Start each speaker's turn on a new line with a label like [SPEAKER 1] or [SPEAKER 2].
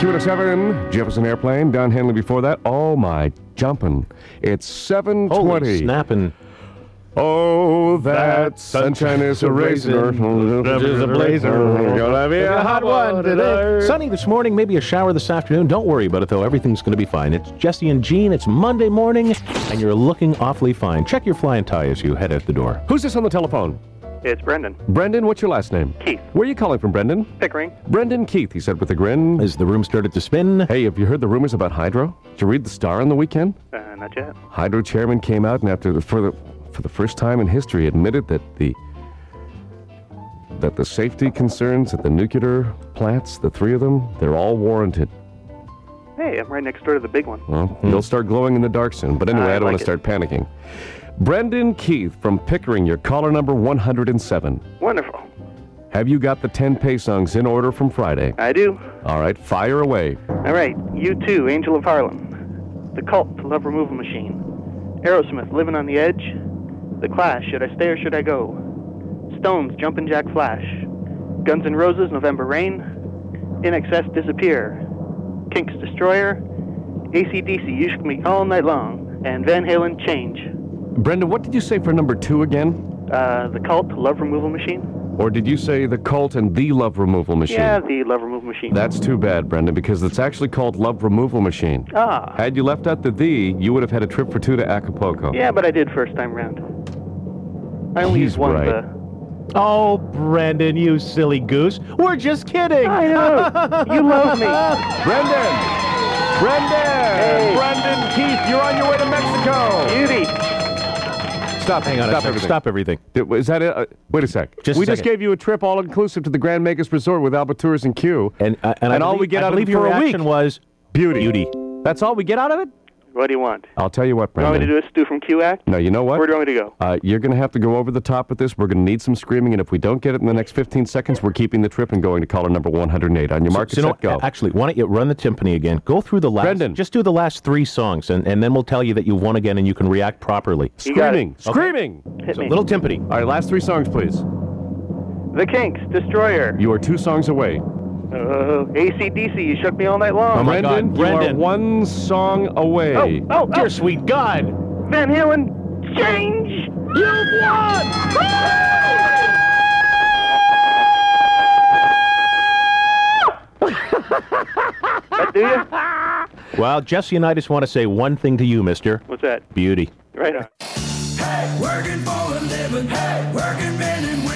[SPEAKER 1] Q107, Jefferson Airplane, Don Henley before that. Oh my jumping. It's 720.
[SPEAKER 2] Holy snapping.
[SPEAKER 1] Oh, that, sunshine is a razor.
[SPEAKER 2] Which is a blazer.
[SPEAKER 1] Gonna be a hot one today.
[SPEAKER 2] Sunny this morning, maybe a shower this afternoon. Don't worry about it, though. Everything's going to be fine. It's Jesse and Jean. It's Monday morning, and you're looking awfully fine. Check your fly and tie as you head out the door.
[SPEAKER 1] Who's this on the telephone?
[SPEAKER 3] It's Brendan
[SPEAKER 1] Brendan, what's your last name?
[SPEAKER 3] Keith.
[SPEAKER 1] Where are you calling from, Brendan?
[SPEAKER 3] Pickering.
[SPEAKER 1] Brendan Keith, he said with a grin.
[SPEAKER 2] As the room started to spin,
[SPEAKER 1] Hey, have you heard the rumors about Hydro? Did you read the Star on the weekend?
[SPEAKER 3] Uh, not yet.
[SPEAKER 1] Hydro chairman came out and after the for the for the first time in history admitted that the that the safety concerns at the nuclear plants, the three of them, they're all warranted.
[SPEAKER 3] Hey, I'm right next door to the big one.
[SPEAKER 1] Well, you'll start glowing in the dark soon. But anyway, I,
[SPEAKER 3] Hmm. I
[SPEAKER 1] don't want
[SPEAKER 3] like
[SPEAKER 1] to start
[SPEAKER 3] it.
[SPEAKER 1] panicking. Brendan Keith from Pickering, your caller number 107.
[SPEAKER 3] Wonderful.
[SPEAKER 1] Have you got the 10 Paysongs in order from Friday?
[SPEAKER 3] I do.
[SPEAKER 1] All right, fire away.
[SPEAKER 3] All right. You too, Angel of Harlem. The Cult, The Love Removal Machine. Aerosmith, Living on the Edge. The Clash, Should I Stay or Should I Go? Stones, Jumpin' Jack Flash. Guns N' Roses, November Rain. In Excess, Disappear. Kinks, Destroyer. ACDC, You Shook Me All Night Long. And Van Halen, Change.
[SPEAKER 1] Brendan, what did you say for number two again?
[SPEAKER 3] Uh, the Cult, Love Removal Machine.
[SPEAKER 1] Or did you say the cult and the love removal machine?
[SPEAKER 3] Yeah, the Love Removal Machine.
[SPEAKER 1] That's too bad, Brendan, because it's actually called love removal machine.
[SPEAKER 3] ah.
[SPEAKER 1] Had you left out the the, you would have had a trip for two to Acapulco.
[SPEAKER 3] Yeah, but I did first time round. I only
[SPEAKER 1] He's
[SPEAKER 3] used one.
[SPEAKER 1] right.
[SPEAKER 3] Of
[SPEAKER 2] oh, Brendan, you silly goose. We're just kidding.
[SPEAKER 3] the... I know. you love me.
[SPEAKER 1] Brendan! Brendan! Brendan Keith, you're on your way to Mexico!
[SPEAKER 3] Beauty.
[SPEAKER 1] Stop,
[SPEAKER 2] Hang on,
[SPEAKER 1] stop
[SPEAKER 2] stop
[SPEAKER 1] everything.
[SPEAKER 2] Stop everything.
[SPEAKER 1] Did- Is that it? Uh, wait a sec.
[SPEAKER 2] Just a
[SPEAKER 1] we just
[SPEAKER 2] second.
[SPEAKER 1] gave you a trip all inclusive to the Grand Magus Resort with Albatouris and Q.
[SPEAKER 2] And, uh, and, I
[SPEAKER 1] all
[SPEAKER 2] believe-
[SPEAKER 1] we get
[SPEAKER 2] I
[SPEAKER 1] out of
[SPEAKER 2] believe
[SPEAKER 1] it
[SPEAKER 2] your
[SPEAKER 1] for a week
[SPEAKER 2] reaction was
[SPEAKER 1] beauty.
[SPEAKER 2] beauty.
[SPEAKER 1] That's all we get out of it?
[SPEAKER 3] What do you want?
[SPEAKER 1] I'll tell you what,
[SPEAKER 3] You
[SPEAKER 1] Brendan.
[SPEAKER 3] want me to do a stew from Q Act?
[SPEAKER 1] no, you know what?
[SPEAKER 3] Where do you want me to go?
[SPEAKER 1] uh, you're going to have to go over the top with this. We're going to need some screaming, and if we don't get it in the next 15 seconds, we're keeping the trip and going to caller number 108. On your market,
[SPEAKER 2] So, you know
[SPEAKER 1] set, go.
[SPEAKER 2] what? Actually, why don't you run the timpani again? Go through the last.
[SPEAKER 1] Brendan.
[SPEAKER 2] Just do the last three songs, and, and then we'll tell you that you won again and you can react properly.
[SPEAKER 3] You got
[SPEAKER 1] screaming,
[SPEAKER 2] Okay.
[SPEAKER 1] screaming.
[SPEAKER 3] Hit
[SPEAKER 2] So,
[SPEAKER 3] me.
[SPEAKER 2] little timpani.
[SPEAKER 1] All right, last three songs, please.
[SPEAKER 3] The Kinks, Destroyer.
[SPEAKER 1] You are two songs away.
[SPEAKER 3] Uh, ACDC, You Shook Me All Night Long.
[SPEAKER 2] Oh my
[SPEAKER 1] Brendan,
[SPEAKER 2] God,
[SPEAKER 1] you are
[SPEAKER 2] Brendan.
[SPEAKER 1] one song away.
[SPEAKER 3] oh, oh,
[SPEAKER 2] Dear sweet God.
[SPEAKER 3] oh, Van Halen, Change. You won! that do you?
[SPEAKER 2] Well, Jesse and I just want to say one thing to you, mister.
[SPEAKER 3] What's that?
[SPEAKER 2] Beauty.
[SPEAKER 3] Right on.
[SPEAKER 4] Hey, working for a living. Hey, working men and